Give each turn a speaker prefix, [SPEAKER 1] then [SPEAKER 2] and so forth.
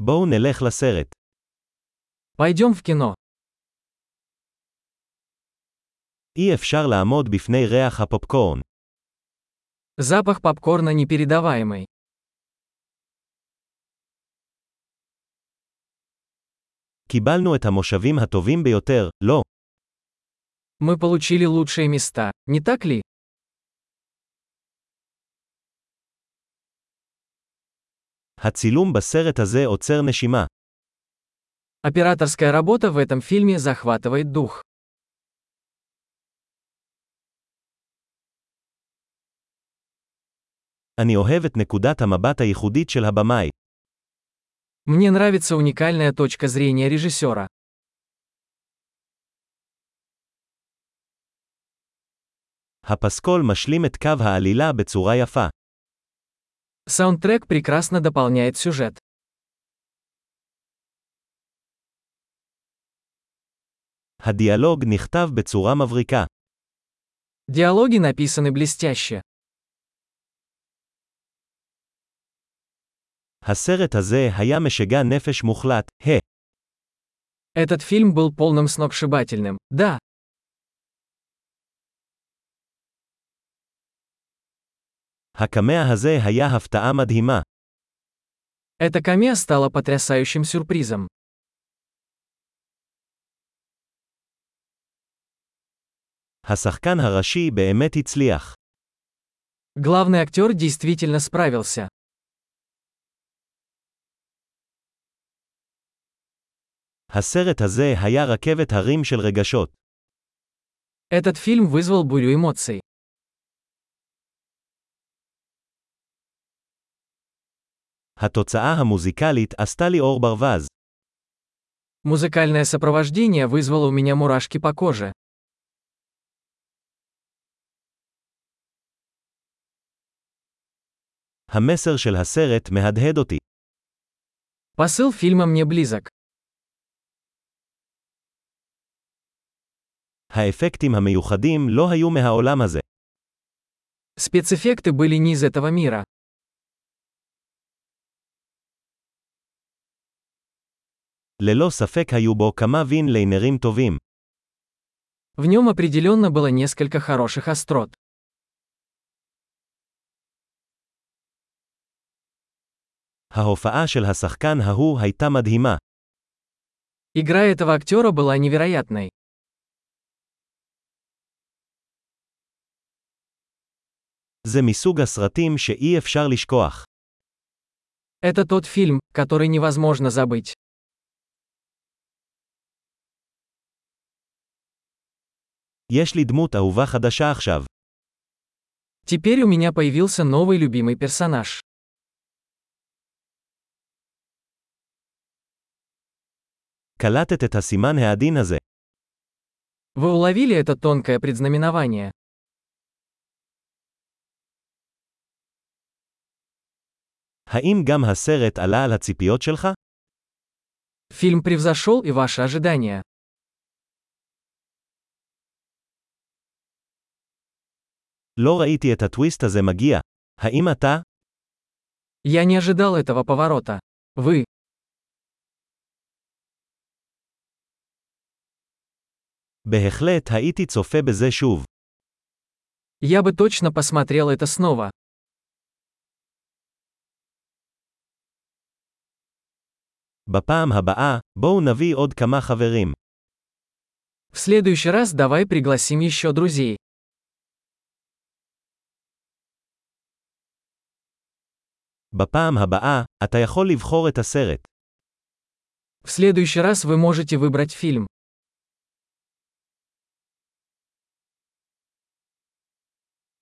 [SPEAKER 1] בואו נלך לסרט.
[SPEAKER 2] Пойдем в кино.
[SPEAKER 1] אי אפשר לעמוד בפני ריח הפופקורן.
[SPEAKER 2] Запах попкорна непередаваемый.
[SPEAKER 1] קיבלנו את המושבים הטובים ביותר, לא.
[SPEAKER 2] Мы получили лучшие места, не так ли?
[SPEAKER 1] הצילום בסרט הזה עוצר נשימה.
[SPEAKER 2] Операторская работа в этом фильме захватывает дух.
[SPEAKER 1] אני אוהב את נקודת המבט הייחודית של הבמאי.
[SPEAKER 2] Мне нравится уникальная точка зрения режиссера.
[SPEAKER 1] הפסקול משלים את קו העלילה בצורה יפה.
[SPEAKER 2] Саундтрек прекрасно дополняет сюжет.
[SPEAKER 1] הדיאלוג נכתב בצורה מבריקה.
[SPEAKER 2] Диалоги написаны блестяще.
[SPEAKER 1] הסרט הזה היה משגע נפש מוחלט, ה.
[SPEAKER 2] Этот фильм был полным сногсшибательным. Да,
[SPEAKER 1] הקמע הזה היה הפתעה מדהימה.
[SPEAKER 2] эта камея стала потрясающим сюрпризом.
[SPEAKER 1] השחקן הראשי באמת הצליח.
[SPEAKER 2] Главный актер действительно справился.
[SPEAKER 1] הסרט הזה היה רכבת הרים של רגשות.
[SPEAKER 2] Этот фильм вызвал бурю эмоций.
[SPEAKER 1] התוצאה המוזיקלית עשתה לי אור ברווז.
[SPEAKER 2] Музыкальное сопровождение вызвало у меня мурашки по коже.
[SPEAKER 1] המסר של הסרט מהדהד אותי.
[SPEAKER 2] Посыл фильма мне близок.
[SPEAKER 1] האפקטים המיוחדים לא היו מהעולם הזה.
[SPEAKER 2] Спецэффекты были не из этого мира.
[SPEAKER 1] ללא ספק היו בו כמה וין-ליינרים טובים.
[SPEAKER 2] В нем определенно было несколько хороших острот.
[SPEAKER 1] ההופעה של השחקן ההוא הייתה מדהימה.
[SPEAKER 2] Игра этого актера была невероятной.
[SPEAKER 1] זה מסוג הסרטים שאי אפשר לשכוח.
[SPEAKER 2] Это тот фильм, который невозможно забыть.
[SPEAKER 1] יש לי דמות אהובה חדשה עכשיו.
[SPEAKER 2] Теперь у меня появился новый любимый персонаж.
[SPEAKER 1] קלטת את הסימן העדין הזה.
[SPEAKER 2] Вы уловили это тонкое предзнаменование.
[SPEAKER 1] האם גם הסרט עלה על הציפיות שלך?
[SPEAKER 2] Фильм превзошел и ваши ожидания.
[SPEAKER 1] לא ראיתי את הטוויסט הזה מגיע. האם אתה?
[SPEAKER 2] Я не ожидал этого поворота. Вы.
[SPEAKER 1] בהחלט הייתי צופה בזה שוב.
[SPEAKER 2] Я бы точно посмотрел это снова.
[SPEAKER 1] בפעם הבאה, בואו נביא עוד כמה חברים.
[SPEAKER 2] В следующий раз давай пригласим еще друзей.
[SPEAKER 1] בפעם הבאה, אתה יכול לבחור את הסרט.
[SPEAKER 2] В следующий раз вы можете выбрать фильм.